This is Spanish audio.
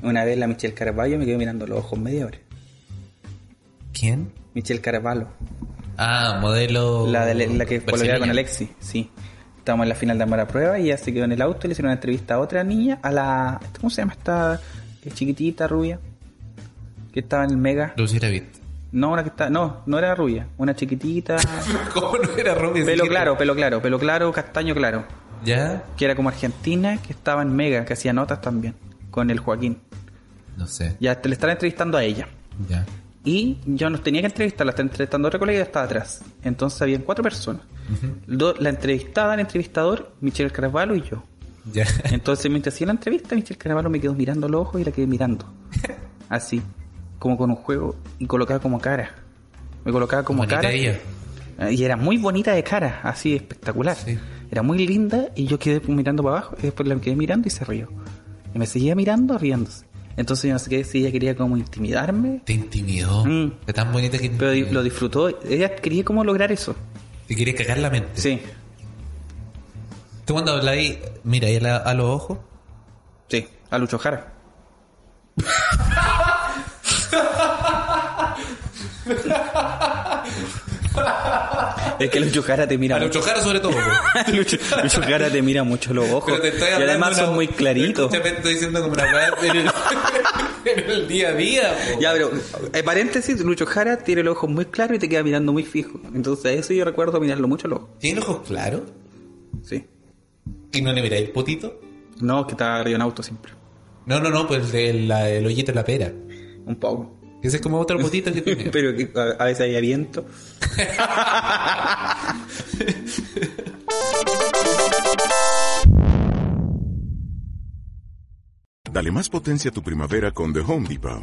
Una vez la Michelle Carvalho me quedó mirando los ojos media hora. ¿Quién? Michelle Carvalho. Ah, modelo. La, de- la que brasileña. coloreaba con Alexi, sí. Estábamos en la final de Amor a Prueba y ella se quedó en el auto y le hicieron una entrevista a otra niña, a la... ¿Cómo se llama esta que es chiquitita, rubia? Que estaba en el Mega. Lucy Rabbit. No, una que está... No, no era rubia. Una chiquitita... ¿Cómo no era Robin? pelo claro, pelo claro, pelo claro, castaño claro. ¿Ya? Que era como argentina, que estaba en Mega, que hacía notas también, con el Joaquín. No sé. Ya te le estaban entrevistando a ella. Ya. Y yo no tenía que entrevistarla, estaba entrevistando a otra colega y yo estaba atrás. Entonces habían cuatro personas. Do- la entrevistada, el entrevistador, Michelle Carvalho y yo. Ya. Entonces mientras hacía la entrevista, Michelle Carvalho me quedó mirando los ojos y la quedé mirando. Así, como con un juego y colocaba como cara. Me colocaba como Bonita cara. ella. Eh, Y era muy bonita de cara, así espectacular. Sí. Era muy linda y yo quedé mirando para abajo y después la quedé mirando y se rió. Y me seguía mirando riéndose. Entonces yo no sé qué, si ella quería como intimidarme Te intimidó. Mm. Fue tan bonita que. pero di- lo disfrutó. Ella quería cómo lograr eso. Te quería cagar la mente. Sí, Tú cuando hablas ahí, mira ahí a, la- a los ojos. sí. A Lucho Jara. es que Lucho Jara te mira A los mucho. chocaros sobre todo. po. Lucho, Lucho Jara te mira mucho los ojos. Pero te estoy Y hablando además una- son muy claritos. Escúchame, te estoy diciendo como una weá en el, en el día a día. po. Ya, pero, eh, paréntesis, Lucho Jara tiene los ojos muy claros y te queda mirando muy fijo. Entonces, a eso yo recuerdo mirarlo mucho los ojos. ¿Tiene ojos claros? Sí. ¿Y no le miráis el potito? No, que está arriba en auto siempre. No, no, no, pues el, la- el hoyito en la pera. Un poco. Ese es como otro potito que tiene. pero que a, a veces hay viento. Dale más potencia a tu primavera con The Home Depot.